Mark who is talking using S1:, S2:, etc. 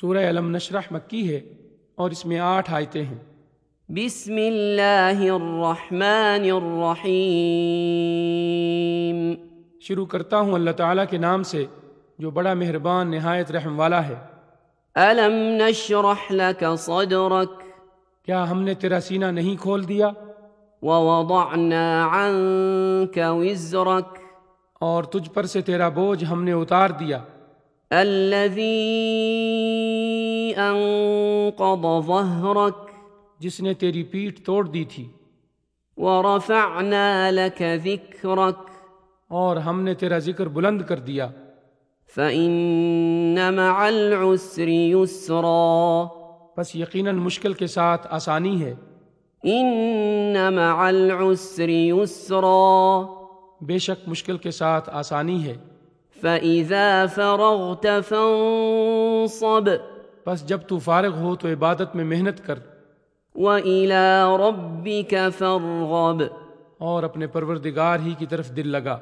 S1: سورہ علم نشرح مکی ہے اور اس میں آٹھ آیتیں ہیں
S2: بسم اللہ الرحمن الرحیم
S1: شروع کرتا ہوں اللہ تعالیٰ کے نام سے جو بڑا مہربان نہایت رحم والا ہے
S2: الم نشرح لك صدرك
S1: کیا ہم نے تیرا سینہ نہیں کھول دیا
S2: ووضعنا عنك وزرك
S1: اور تجھ پر سے تیرا بوجھ ہم نے اتار دیا
S2: الذي انقض ظهرك
S1: جس نے تیری پیٹھ توڑ دی تھی
S2: ورفعنا لك ذكرك
S1: اور ہم نے تیرا ذکر بلند کر دیا
S2: فإن مع العسر يسرا
S1: بس یقیناً مشکل کے ساتھ آسانی ہے
S2: إن مع العسر يسرا
S1: بے شک مشکل کے ساتھ آسانی ہے
S2: فإذا فرغت فانصب
S1: بس جب تو فارغ ہو تو عبادت میں محنت کر
S2: وإلى ربك فارغب
S1: اور اپنے پروردگار ہی کی طرف دل لگا